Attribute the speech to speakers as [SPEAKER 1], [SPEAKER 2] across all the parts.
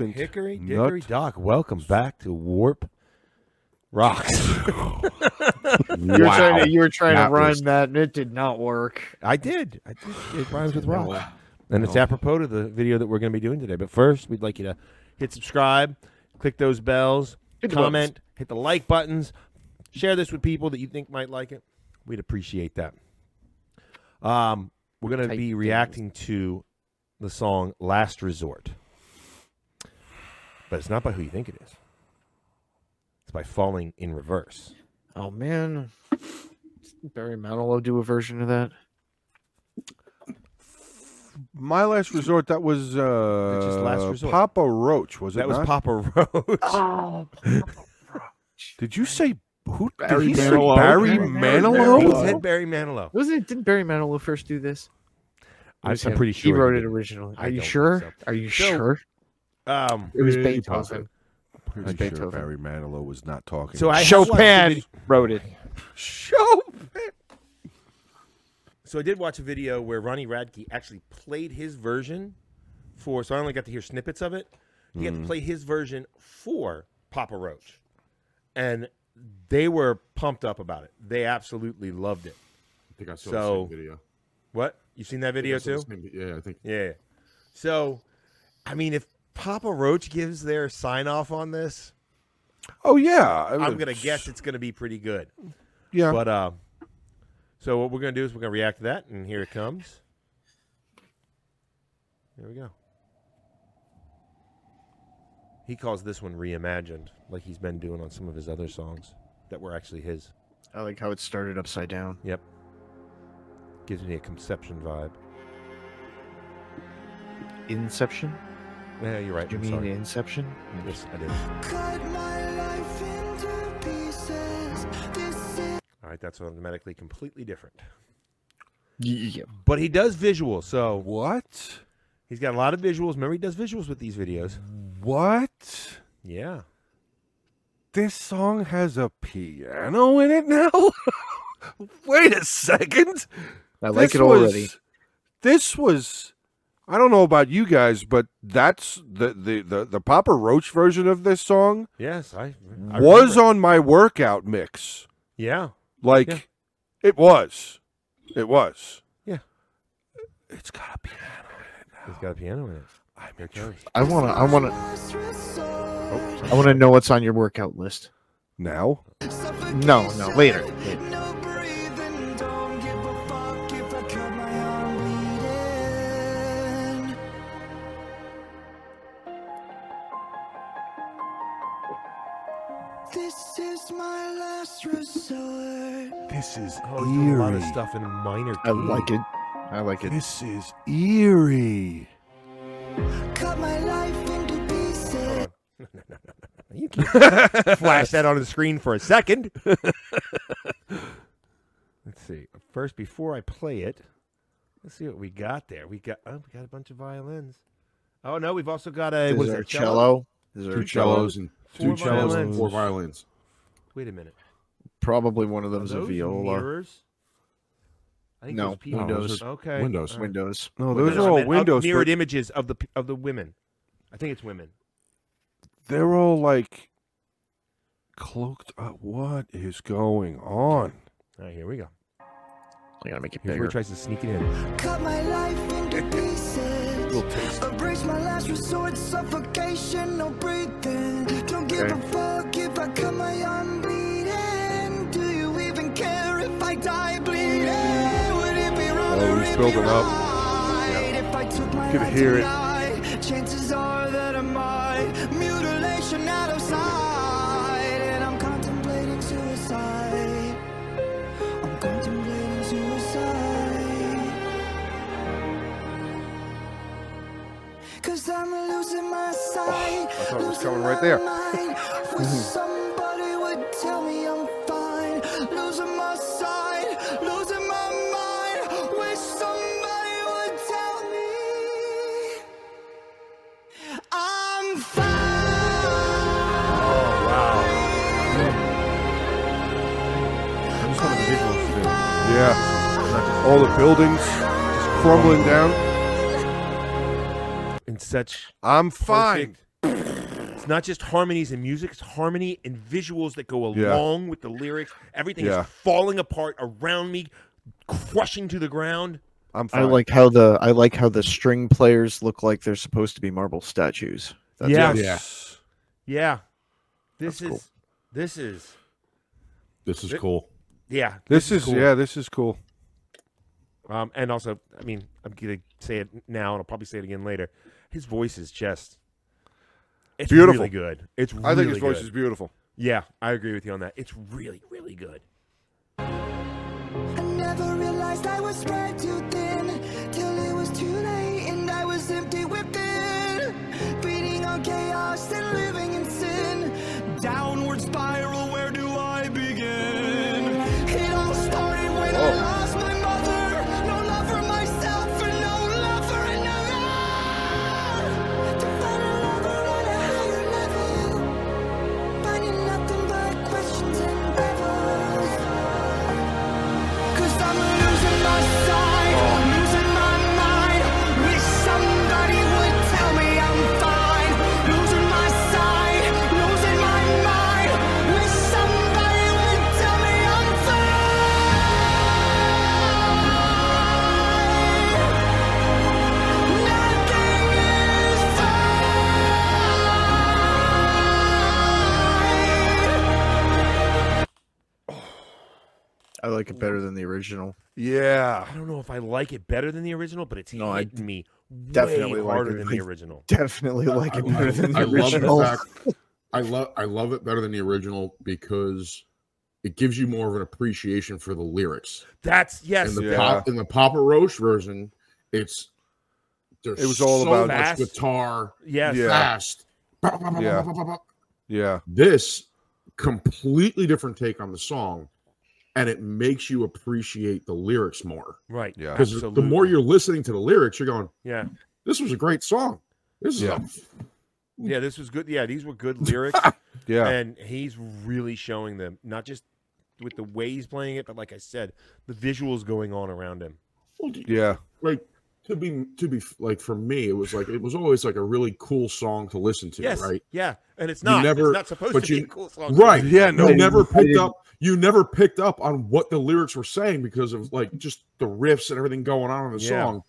[SPEAKER 1] and
[SPEAKER 2] Hickory Dickory
[SPEAKER 1] Nut
[SPEAKER 2] Dock. Welcome back to Warp Rocks.
[SPEAKER 3] You were trying to, you were trying
[SPEAKER 1] That
[SPEAKER 3] to rhyme
[SPEAKER 1] was-
[SPEAKER 3] that, and it did not work.
[SPEAKER 2] I did. I did. It rhymes with rock.
[SPEAKER 1] No.
[SPEAKER 2] And it's apropos to the video that we're going to be doing today. But first, we'd like you to hit subscribe, click those bells,
[SPEAKER 3] Hit the
[SPEAKER 2] comment, hit the like buttons, share this with people that you think might like it. We'd appreciate that. Um, we're going to
[SPEAKER 3] Type
[SPEAKER 2] be
[SPEAKER 3] things.
[SPEAKER 2] reacting to the song Last Resort. But it's not by who you think it is, it's by Falling in Reverse.
[SPEAKER 3] Oh man, Barry Manilow do a version of that.
[SPEAKER 1] My last resort. That was uh,
[SPEAKER 2] That's just Last Resort.
[SPEAKER 1] Papa Roach. Was it?
[SPEAKER 2] That was
[SPEAKER 1] not?
[SPEAKER 2] Papa Roach.
[SPEAKER 3] Oh,
[SPEAKER 1] Did you say who?
[SPEAKER 3] Barry
[SPEAKER 1] did he say
[SPEAKER 3] Manilow.
[SPEAKER 1] Barry
[SPEAKER 3] Barry
[SPEAKER 1] Manilow?
[SPEAKER 2] He
[SPEAKER 3] Oh.
[SPEAKER 2] said Barry Manilow.
[SPEAKER 3] wasn't it? Didn't Barry Manilow first do this? It
[SPEAKER 2] I'm-
[SPEAKER 3] was
[SPEAKER 2] I'm
[SPEAKER 3] him.
[SPEAKER 2] pretty
[SPEAKER 3] he
[SPEAKER 2] sure he
[SPEAKER 3] wrote it
[SPEAKER 2] did.
[SPEAKER 3] originally.
[SPEAKER 2] I
[SPEAKER 3] Are you
[SPEAKER 2] don't think
[SPEAKER 3] sure?
[SPEAKER 2] so.
[SPEAKER 3] Are you
[SPEAKER 2] So-
[SPEAKER 3] sure?
[SPEAKER 2] Um,
[SPEAKER 3] It was
[SPEAKER 1] pretty
[SPEAKER 3] Beethoven.
[SPEAKER 1] Pretty
[SPEAKER 3] It's
[SPEAKER 1] sure
[SPEAKER 3] Beethoven.
[SPEAKER 1] Barry Manilow was not talking.
[SPEAKER 2] So I have
[SPEAKER 3] Chopin
[SPEAKER 2] watched
[SPEAKER 3] wrote it.
[SPEAKER 2] Chopin. So I did watch a video where Ronnie Radke actually played his version for. So I only got to hear snippets of it. He got
[SPEAKER 3] Mm-hmm.
[SPEAKER 2] to play his version for Papa Roach, and they were pumped up about it. They absolutely loved it.
[SPEAKER 4] I think I
[SPEAKER 2] So,
[SPEAKER 4] saw the same video.
[SPEAKER 2] What you've seen that video
[SPEAKER 4] I saw the
[SPEAKER 2] too?
[SPEAKER 4] same- yeah, I think.
[SPEAKER 2] Yeah. So, I mean, if Papa Roach gives their sign off on this,
[SPEAKER 1] Oh yeah,
[SPEAKER 2] I'm gonna guess it's gonna be pretty good.
[SPEAKER 1] Yeah,
[SPEAKER 2] But uh, so what we're gonna do is we're gonna react to that, and here it comes. There we go. He calls this one reimagined, like he's been doing on some of his other songs that were actually his.
[SPEAKER 3] I like how it started upside down.
[SPEAKER 2] Yep. Gives me a conception vibe.
[SPEAKER 3] Inception.
[SPEAKER 2] Yeah, you're right.
[SPEAKER 3] You
[SPEAKER 2] I'm
[SPEAKER 3] mean
[SPEAKER 2] sorry.
[SPEAKER 3] Inception?
[SPEAKER 2] Yes, I did.
[SPEAKER 5] Cut my life into pieces. This is
[SPEAKER 2] All right, that's automatically completely different.
[SPEAKER 3] Yeah.
[SPEAKER 2] But he does visuals, so
[SPEAKER 1] what?
[SPEAKER 2] he's got a lot of visuals. Remember, he does visuals with these videos.
[SPEAKER 1] What?
[SPEAKER 2] Yeah.
[SPEAKER 1] This song has a piano in it now. Wait a second.
[SPEAKER 3] I like
[SPEAKER 1] This
[SPEAKER 3] it already.
[SPEAKER 1] was- This was. I don't know about you guys, but that's the the the, the Papa Roach version of this song
[SPEAKER 2] Yes, I, I
[SPEAKER 1] was
[SPEAKER 2] remember.
[SPEAKER 1] on my workout mix.
[SPEAKER 2] Yeah.
[SPEAKER 1] Like,
[SPEAKER 2] Yeah.
[SPEAKER 1] it was. It was.
[SPEAKER 2] Yeah.
[SPEAKER 1] It's got a piano in it now.
[SPEAKER 2] He's got a piano in it.
[SPEAKER 1] I'm
[SPEAKER 2] Here it goes.
[SPEAKER 3] I wanna. I wanna.
[SPEAKER 5] last resort.
[SPEAKER 2] Oh,
[SPEAKER 3] I wanna know what's on your workout list.
[SPEAKER 1] Now?
[SPEAKER 3] No, no, later.
[SPEAKER 5] Suffocation, No breathing. Don't give a fuck if I cut my arm bleeding. This is my last resort.
[SPEAKER 1] This is
[SPEAKER 2] Oh, he's doing a lot of stuff in minor key.
[SPEAKER 3] I like it. I like it.
[SPEAKER 1] This is eerie.
[SPEAKER 5] Cut my life into pieces.
[SPEAKER 2] You can't flash that on the screen for a second. let's see. First, before I play it, let's see what we got there. We got oh, we got a bunch of violins. Oh no, we've also got a what
[SPEAKER 3] Is
[SPEAKER 2] is
[SPEAKER 3] there a
[SPEAKER 2] that,
[SPEAKER 3] cello? Is there
[SPEAKER 4] Two
[SPEAKER 3] a cello?
[SPEAKER 4] cellos and
[SPEAKER 2] Four
[SPEAKER 4] two cellos and
[SPEAKER 2] violins.
[SPEAKER 4] four violins.
[SPEAKER 2] Wait a minute.
[SPEAKER 3] Probably one of
[SPEAKER 2] Are
[SPEAKER 3] them's a
[SPEAKER 2] those
[SPEAKER 3] viola.
[SPEAKER 2] mirrors? I think
[SPEAKER 3] No,
[SPEAKER 2] those people-
[SPEAKER 3] windows.
[SPEAKER 2] Okay.
[SPEAKER 4] Windows.
[SPEAKER 2] all right.
[SPEAKER 3] Windows.
[SPEAKER 1] No,
[SPEAKER 2] Windows.
[SPEAKER 1] those
[SPEAKER 2] I
[SPEAKER 1] are all
[SPEAKER 2] meant up-
[SPEAKER 1] windows.
[SPEAKER 2] Mirrored
[SPEAKER 1] but
[SPEAKER 2] images of the p- of the women. I think it's women.
[SPEAKER 1] They're all like cloaked up. What is going on?
[SPEAKER 2] All right, here we go.
[SPEAKER 3] I gotta make it
[SPEAKER 2] Here he
[SPEAKER 3] bigger.
[SPEAKER 2] tries to sneak it in.
[SPEAKER 5] Cut my life into pieces.
[SPEAKER 2] Little taste.
[SPEAKER 5] Embrace my last resort, suffocation, no breathing. Don't give a
[SPEAKER 3] Okay.
[SPEAKER 5] fuck if I cut my arm bleeding. Do you even care if I die bleeding? Would it be wrong
[SPEAKER 1] Oh,
[SPEAKER 5] or
[SPEAKER 1] he's
[SPEAKER 5] it be
[SPEAKER 1] building up.
[SPEAKER 5] right If I took my
[SPEAKER 1] Can
[SPEAKER 5] life
[SPEAKER 1] hear it.
[SPEAKER 5] tonight, chances are that I might mutilation out of sight, and I'm contemplating suicide. I'm contemplating suicide. Cause I'm losing my sight.
[SPEAKER 1] I thought it was
[SPEAKER 5] losing
[SPEAKER 1] coming
[SPEAKER 5] my
[SPEAKER 1] right there.
[SPEAKER 5] mind. Wish somebody would tell me I'm fine. Losing my sight, losing my mind. Wish somebody would tell me I'm fine.
[SPEAKER 2] I'm just on the visuals too.
[SPEAKER 1] Yeah. All the buildings just crumbling down.
[SPEAKER 2] in such
[SPEAKER 1] I'm fine.
[SPEAKER 2] perfect It's not just harmonies and music; it's harmony and visuals that go
[SPEAKER 1] Yeah.
[SPEAKER 2] along with the lyrics. Everything
[SPEAKER 1] Yeah.
[SPEAKER 2] is falling apart around me, crushing to the ground.
[SPEAKER 1] I'm
[SPEAKER 3] I
[SPEAKER 1] fine.
[SPEAKER 3] like how the I like how the string players look like they're supposed to be marble statues. That's
[SPEAKER 2] Yeah.
[SPEAKER 3] it.
[SPEAKER 1] Yes.
[SPEAKER 2] Yeah, this
[SPEAKER 3] That's
[SPEAKER 2] is
[SPEAKER 3] cool.
[SPEAKER 2] this is
[SPEAKER 4] This is
[SPEAKER 2] It-
[SPEAKER 4] cool.
[SPEAKER 2] yeah.
[SPEAKER 1] This is
[SPEAKER 2] cool.
[SPEAKER 1] yeah. This is cool.
[SPEAKER 2] Um, and also, I mean, I'm gonna say it now, and I'll probably say it again later. His voice is just it's
[SPEAKER 1] Beautiful.
[SPEAKER 2] really good. It's really
[SPEAKER 1] I think his voice
[SPEAKER 2] good.
[SPEAKER 1] is beautiful.
[SPEAKER 2] Yeah, I agree with you on that. It's really, really good.
[SPEAKER 5] I never realized I was spread too thin till it was too late and I was empty within. Feeding on chaos and living in sin. Downward spiral, where do I begin? It all started when I
[SPEAKER 1] Whoa.
[SPEAKER 5] lost my mother. No love for myself and no love for another. To find a lover on a higher level. Finding nothing but questions and rebels. Cause I'm losing my sight, losing my mind. Wish somebody would tell me I'm fine. Losing my sight, losing my mind. Wish somebody would tell me I'm fine. Nothing is fine.
[SPEAKER 3] I like it better than the original.
[SPEAKER 1] Yeah.
[SPEAKER 2] I don't know if I like it better than the original, but it's
[SPEAKER 3] No, I
[SPEAKER 2] hitting me way
[SPEAKER 3] definitely like
[SPEAKER 2] harder
[SPEAKER 3] it.
[SPEAKER 2] than the original.
[SPEAKER 3] Definitely like
[SPEAKER 4] I,
[SPEAKER 3] it better than the
[SPEAKER 4] I love the
[SPEAKER 3] original.
[SPEAKER 4] fact I love I love it better than the original because it gives you more of an appreciation for the lyrics.
[SPEAKER 2] That's yes,
[SPEAKER 4] in the
[SPEAKER 1] Yeah.
[SPEAKER 4] pop in the Papa Roach version, it's there's
[SPEAKER 1] It was all about-
[SPEAKER 4] much
[SPEAKER 2] Fast.
[SPEAKER 4] guitar
[SPEAKER 2] yes.
[SPEAKER 1] Yeah.
[SPEAKER 4] fast. Bah, bah, bah, bah,
[SPEAKER 1] Yeah.
[SPEAKER 4] bah, bah, bah.
[SPEAKER 1] Yeah.
[SPEAKER 4] This completely different take on the song, and it makes you appreciate the lyrics more.
[SPEAKER 2] Right.
[SPEAKER 1] Yeah.
[SPEAKER 4] Because the more
[SPEAKER 2] Absolutely.
[SPEAKER 4] you're listening to the lyrics, you're going,
[SPEAKER 2] Yeah.
[SPEAKER 4] This was a great song. This is
[SPEAKER 1] Yeah.
[SPEAKER 4] a
[SPEAKER 2] Yeah, this was good. Yeah, these were good lyrics.
[SPEAKER 1] Yeah.
[SPEAKER 2] And he's really showing them, not just with the way he's playing it, but like I said, the visuals going on around him.
[SPEAKER 4] well, d-
[SPEAKER 1] Yeah.
[SPEAKER 4] like to be to be like for me, it was like it was always like a really cool song to listen to,
[SPEAKER 2] yes.
[SPEAKER 4] right?
[SPEAKER 2] Yeah. And it's
[SPEAKER 4] You
[SPEAKER 2] not.
[SPEAKER 4] never-
[SPEAKER 2] it's not supposed
[SPEAKER 4] but
[SPEAKER 2] to be
[SPEAKER 4] you-
[SPEAKER 2] a cool song.
[SPEAKER 4] Right.
[SPEAKER 1] Yeah, no.
[SPEAKER 4] you never
[SPEAKER 3] I
[SPEAKER 4] picked
[SPEAKER 3] didn't-
[SPEAKER 4] up you never picked up on what the lyrics were saying because of like just the riffs and everything going on in the
[SPEAKER 2] Yeah.
[SPEAKER 4] song.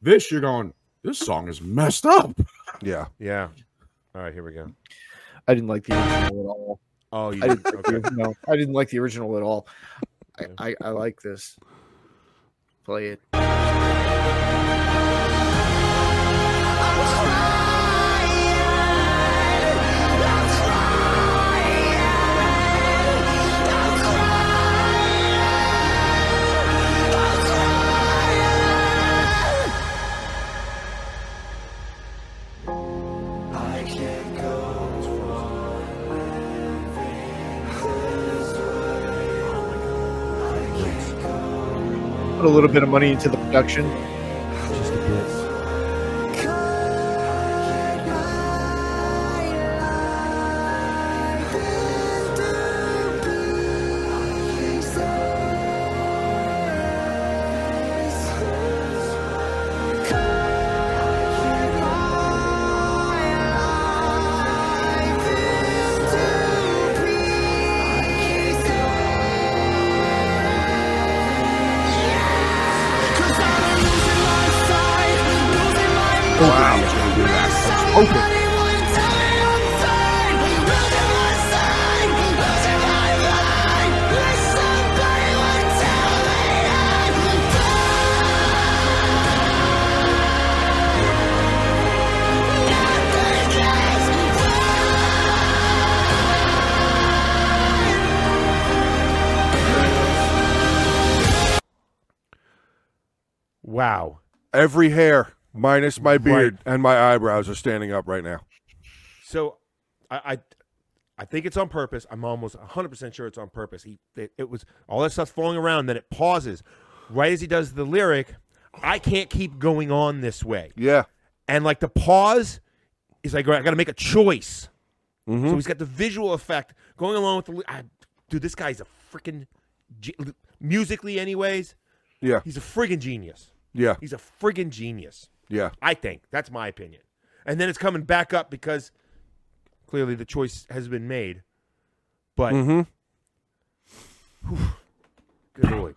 [SPEAKER 4] This you're going, this song is messed up.
[SPEAKER 1] Yeah.
[SPEAKER 2] Yeah. All right, here we go.
[SPEAKER 3] I didn't like the original at all.
[SPEAKER 2] Oh, you
[SPEAKER 3] I
[SPEAKER 2] did.
[SPEAKER 3] didn't,
[SPEAKER 2] Okay.
[SPEAKER 3] no, I didn't like the original at all. I,
[SPEAKER 2] Yeah.
[SPEAKER 3] I, I like this. Play it.
[SPEAKER 5] I can't go
[SPEAKER 3] Put a little bit of money into the production.
[SPEAKER 2] Wow.
[SPEAKER 1] Every hair minus my
[SPEAKER 2] Right.
[SPEAKER 1] beard and my eyebrows are standing up right now.
[SPEAKER 2] So, I, I, I think it's on purpose. I'm almost 100 percent sure it's on purpose. He, it, it was all that stuff's flowing around. Then it pauses, right as he does the lyric. I can't keep going on this way.
[SPEAKER 1] Yeah.
[SPEAKER 2] And like the pause is like, "All right, I got to make a choice. So
[SPEAKER 1] Mhm.
[SPEAKER 2] he's got the visual effect going along with the. li- I, dude, this guy's a freaking ge- musically, anyways.
[SPEAKER 1] Yeah.
[SPEAKER 2] He's a friggin' genius.
[SPEAKER 1] Yeah.
[SPEAKER 2] He's a friggin' genius.
[SPEAKER 1] Yeah.
[SPEAKER 2] I think that's my opinion. And then it's coming back up because Clearly, the choice has been made. But
[SPEAKER 1] Mm-hmm.
[SPEAKER 2] good lord,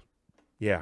[SPEAKER 2] yeah.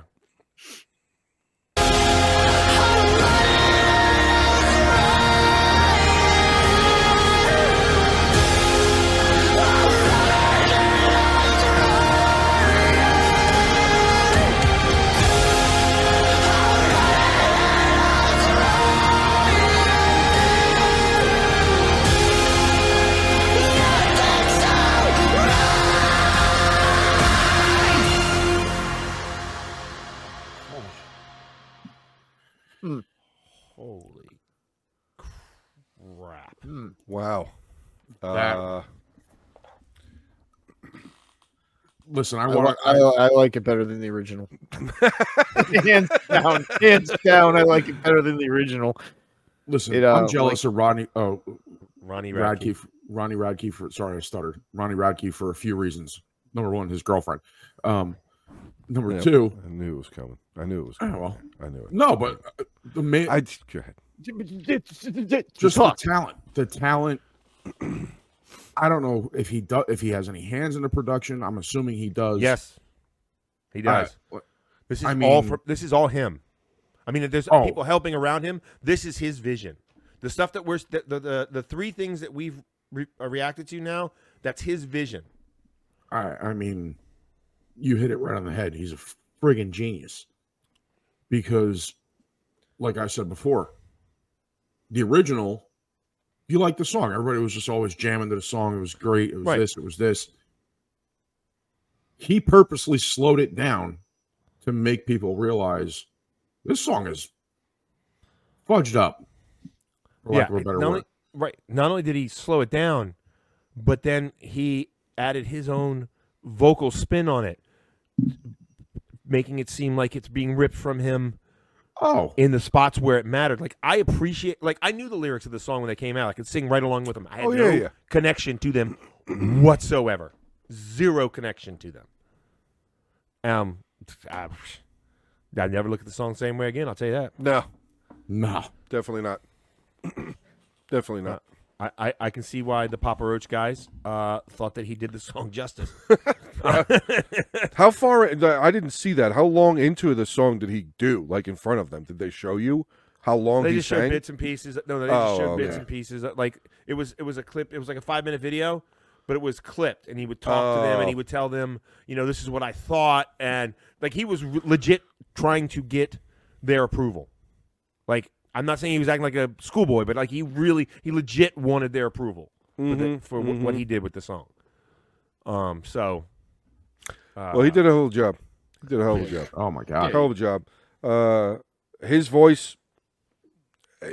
[SPEAKER 2] Holy crap!
[SPEAKER 1] Wow.
[SPEAKER 4] That-
[SPEAKER 1] Uh,
[SPEAKER 4] Listen, I
[SPEAKER 3] I,
[SPEAKER 4] want.
[SPEAKER 3] li- I- I like it better than the original. hands down, hands down. I like it better than the original.
[SPEAKER 4] listen,
[SPEAKER 3] it, uh,
[SPEAKER 4] I'm jealous of Rodney. Oh,
[SPEAKER 2] Ronnie Radke.
[SPEAKER 4] Radke. Ronnie Radke for sorry, I stuttered. Ronnie Radke for a few reasons. Number one, his girlfriend. Um, number
[SPEAKER 1] yeah,
[SPEAKER 4] two,
[SPEAKER 1] I knew it was coming. I knew it was
[SPEAKER 4] Oh,
[SPEAKER 1] coming.
[SPEAKER 4] well.
[SPEAKER 1] I knew it.
[SPEAKER 4] no, but uh, the man,
[SPEAKER 1] I go ahead.
[SPEAKER 4] just
[SPEAKER 3] Just
[SPEAKER 4] the
[SPEAKER 3] talk.
[SPEAKER 4] talent. The talent. I don't know if he does if he has any hands in the production. I'm assuming he does.
[SPEAKER 2] Yes, he
[SPEAKER 4] I-
[SPEAKER 2] does. This is
[SPEAKER 4] I
[SPEAKER 2] all
[SPEAKER 4] mean-
[SPEAKER 2] for, this is all him. I mean, if there's
[SPEAKER 4] Oh.
[SPEAKER 2] people helping around him. This is his vision. The stuff that we're the the, the, the three things that we've re- uh, reacted to now. That's his vision.
[SPEAKER 4] I, I mean, you hit it right on the head. He's a friggin' genius. Because, like I said before, the original, you like the song. Everybody was just always jamming to the song. It was great. It was
[SPEAKER 2] Right.
[SPEAKER 4] this. It was this. He purposely slowed it down to make people realize this song is fudged up. For lack of a
[SPEAKER 2] not
[SPEAKER 4] better word.
[SPEAKER 2] only- right. Not only did he slow it down, but then he added his own vocal spin on it, making it seem like it's being ripped from him
[SPEAKER 4] oh,
[SPEAKER 2] in the spots where it mattered. Like I appreciate, like I knew the lyrics of the song when they came out. I could sing right along with them. I had
[SPEAKER 1] Oh,
[SPEAKER 2] no
[SPEAKER 1] yeah, yeah.
[SPEAKER 2] connection to them whatsoever. Zero connection to them. Um, I, I never look at the song the same way again. I'll tell you that.
[SPEAKER 1] No,
[SPEAKER 4] nah.
[SPEAKER 1] definitely not. definitely not.
[SPEAKER 2] I, I, I can see why the Papa Roach guys uh, thought that he did the song justice.
[SPEAKER 1] How far? I didn't see that. How long into the song did he do? Like in front of them? Did they show you how long
[SPEAKER 2] they
[SPEAKER 1] he
[SPEAKER 2] just showed
[SPEAKER 1] sang?
[SPEAKER 2] bits and pieces. No, they
[SPEAKER 1] Oh,
[SPEAKER 2] just showed bits
[SPEAKER 1] okay.
[SPEAKER 2] and pieces. Like it was, it was a clip. It was like a five minute video, but it was clipped, and he would talk to them, and he
[SPEAKER 1] Oh.
[SPEAKER 2] would tell them, you know, this is what I thought, and like he was re- legit trying to get their approval. Like I'm not saying he was acting like a schoolboy, but like he really, he legit wanted their approval for,
[SPEAKER 1] Mm-hmm.
[SPEAKER 2] the, for wh- what he did with the song. Um, so. Uh,
[SPEAKER 1] Mm-hmm. Well, he did a whole job. He did a hell of a job.
[SPEAKER 4] Oh my God.
[SPEAKER 1] Hell of a job. Uh, his voice.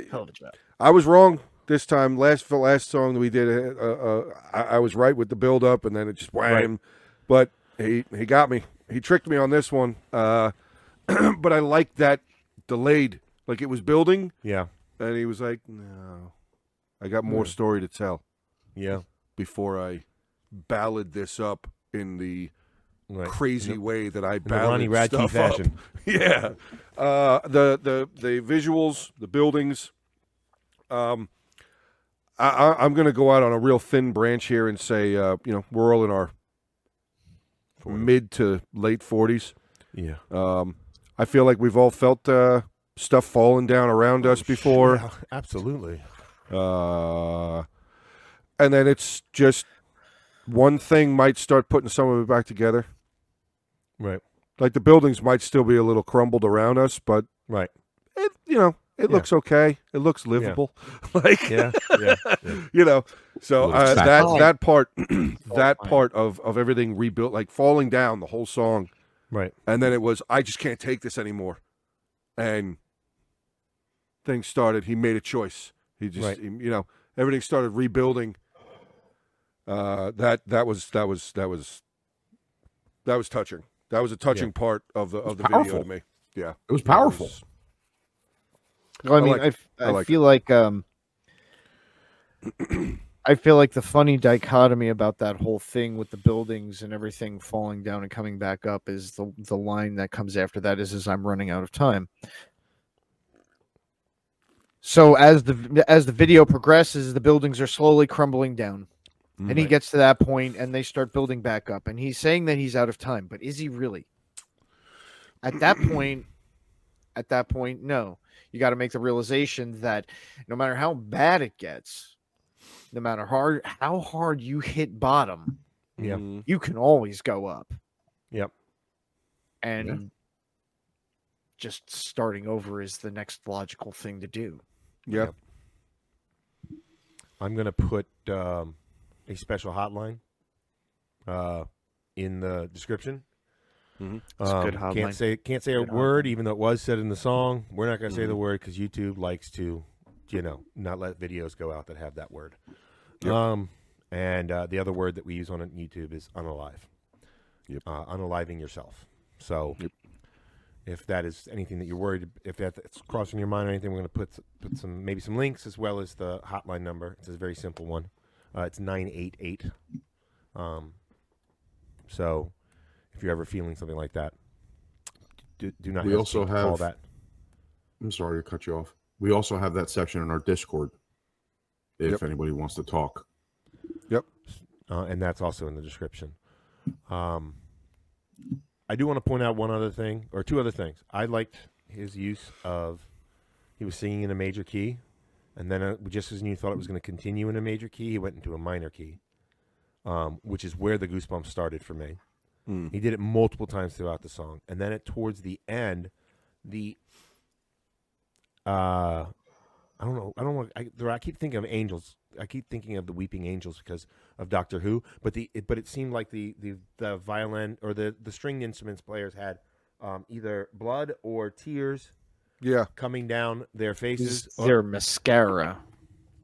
[SPEAKER 3] Hell of a job.
[SPEAKER 1] I was wrong this time. Last the last song that we did, uh, uh, I, I was right with the build up, and then it just wham. But he he got me. He tricked me on this one. Uh, but I like that delayed. Like it was building,
[SPEAKER 2] Yeah.
[SPEAKER 1] and he was like, "No, I got more story to tell
[SPEAKER 2] Yeah.
[SPEAKER 1] before I ballad this up in the
[SPEAKER 2] Right.
[SPEAKER 1] crazy way that I
[SPEAKER 2] the Ronnie
[SPEAKER 1] ballad
[SPEAKER 2] Radke
[SPEAKER 1] stuff
[SPEAKER 2] fashion.
[SPEAKER 1] up. yeah, uh, the the the visuals, the buildings. Um, I, I, I'm going to go out on a real thin branch here and say, uh, you know, we're all in our mid to late 40s.
[SPEAKER 2] Yeah.
[SPEAKER 1] Um, I feel like we've all felt uh, stuff falling down around us before.
[SPEAKER 2] absolutely.
[SPEAKER 1] Uh, and then it's just one thing might start putting some of it back together.
[SPEAKER 2] Right.
[SPEAKER 1] Like the buildings might still be a little crumbled around us, but
[SPEAKER 2] Right.
[SPEAKER 1] it you know it
[SPEAKER 2] Yeah.
[SPEAKER 1] looks okay. It looks livable. Like
[SPEAKER 2] Yeah. Yeah.
[SPEAKER 1] you know, so
[SPEAKER 4] Little
[SPEAKER 1] uh,
[SPEAKER 4] track.
[SPEAKER 1] that
[SPEAKER 3] Oh.
[SPEAKER 1] that part that
[SPEAKER 3] fine.
[SPEAKER 1] part of of everything rebuilt, like falling down the whole song,
[SPEAKER 2] Right.
[SPEAKER 1] and then it was I just can't take this anymore, and things started. He made a choice. He just
[SPEAKER 2] Right.
[SPEAKER 1] he- you know everything started rebuilding. Uh, that that was that was that was that was touching. That was a touching part of the of the video
[SPEAKER 4] powerful.
[SPEAKER 1] to me. Yeah,
[SPEAKER 4] It was powerful.
[SPEAKER 1] That was-
[SPEAKER 3] No, I mean,
[SPEAKER 1] like
[SPEAKER 3] I, f-
[SPEAKER 1] I
[SPEAKER 3] I
[SPEAKER 1] like it.
[SPEAKER 3] feel like um, I feel like the funny dichotomy about that whole thing with the buildings and everything falling down and coming back up is the the line that comes after that is as I'm running out of time. So as the as the video progresses, the buildings are slowly crumbling down.
[SPEAKER 2] Mm,
[SPEAKER 3] And he gets to that point and they start building back up. And he's saying that he's out of time, but is he really? At that point, at that point, no. You got to make the realization that no matter how bad it gets, no matter hard how hard you hit bottom,
[SPEAKER 2] Yeah.
[SPEAKER 1] Mhm.
[SPEAKER 3] you can always go up.
[SPEAKER 2] Yep.
[SPEAKER 3] And just starting over is the next logical thing to do.
[SPEAKER 1] Yeah.
[SPEAKER 2] Yep. I'm gonna put um, a special hotline uh, in the description. Um,
[SPEAKER 1] Mhm.
[SPEAKER 3] Mm-hmm. It's a good hotline. Mm-hmm.
[SPEAKER 2] Can't say can't say a
[SPEAKER 3] Good
[SPEAKER 2] word, even though it was said in the song. We're not gonna say
[SPEAKER 1] Mhm.
[SPEAKER 2] the word because YouTube likes to, you know, not let videos go out that have that word.
[SPEAKER 1] Yep.
[SPEAKER 2] Um, and uh, the other word that we use on YouTube is unalive.
[SPEAKER 1] Yep.
[SPEAKER 2] Uh, unaliving yourself. So.
[SPEAKER 1] Yep.
[SPEAKER 2] If that is anything that you're worried, if that's crossing your mind or anything, we're going to put put some maybe some links as well as the hotline number. It's a very simple one. Uh, it's nine eight eight. Um, so if you're ever feeling something like that, do, do not
[SPEAKER 4] We
[SPEAKER 2] hesitate
[SPEAKER 4] also
[SPEAKER 2] to call
[SPEAKER 4] have-
[SPEAKER 2] that.
[SPEAKER 4] I'm sorry to cut you off. We also have that section in our Discord if
[SPEAKER 1] Yep.
[SPEAKER 4] anybody wants to talk.
[SPEAKER 2] uh, and that's also in the description. Um, I do want to point out one other thing, or two other things. I liked his use of he was singing in a major key, and then uh, just as you thought it was going to continue in a major key, he went into a minor key, um, which is where the goosebumps started for me.
[SPEAKER 1] Mm.
[SPEAKER 2] He did it multiple times throughout the song, and then it towards the end, the uh, I don't know, I don't want. I, there- I keep thinking of angels. I keep thinking of the weeping angels because of Doctor Who. But the it, but it seemed like the the the violin or the the string instruments players had um, either blood or tears
[SPEAKER 1] Yeah.
[SPEAKER 2] coming down their faces.
[SPEAKER 3] Is
[SPEAKER 2] or-
[SPEAKER 3] there mascara?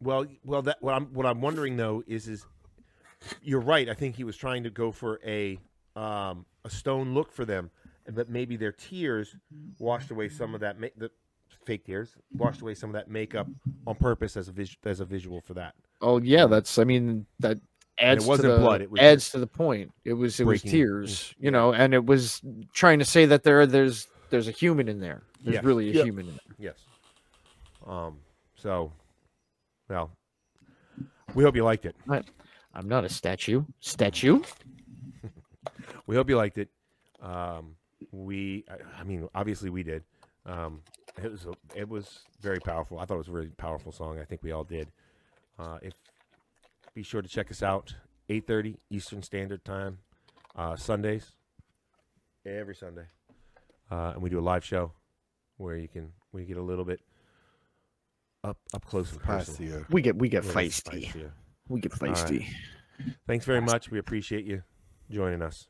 [SPEAKER 2] well, well, that what I'm what I'm wondering though is is you're right. I think he was trying to go for a um, a stone look for them, but maybe their tears washed away some of that ma- the fake tears washed away some of that makeup on purpose as a vis- as a visual for that.
[SPEAKER 3] Oh yeah, that's I mean that adds
[SPEAKER 2] wasn't
[SPEAKER 3] to the,
[SPEAKER 2] blood, it was
[SPEAKER 3] adds to the point. It was it was
[SPEAKER 2] breaking- Mm.
[SPEAKER 3] tears, you know, and it was trying to say that there there's there's a human in there. There's
[SPEAKER 2] Yes.
[SPEAKER 3] really a
[SPEAKER 1] Yep.
[SPEAKER 3] human in there.
[SPEAKER 2] Yes. Um. So, well, we hope you liked it.
[SPEAKER 3] I'm not a statue. Statue?
[SPEAKER 2] We hope you liked it. Um, we, I, I mean, obviously we did. Um, it was a, it was very powerful. I thought it was a really powerful song. I think we all did. Uh, if be sure to check us out, eight thirty Eastern Standard Time, uh, Sundays, every Sunday, uh, and we do a live show where you can we get a little bit up up close and personal.
[SPEAKER 1] Passier.
[SPEAKER 3] We get we get
[SPEAKER 2] A little
[SPEAKER 3] feisty.
[SPEAKER 2] spicier.
[SPEAKER 3] We get
[SPEAKER 2] right.
[SPEAKER 3] feisty.
[SPEAKER 2] Thanks very much. We appreciate you joining us.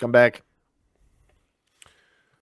[SPEAKER 3] Come back.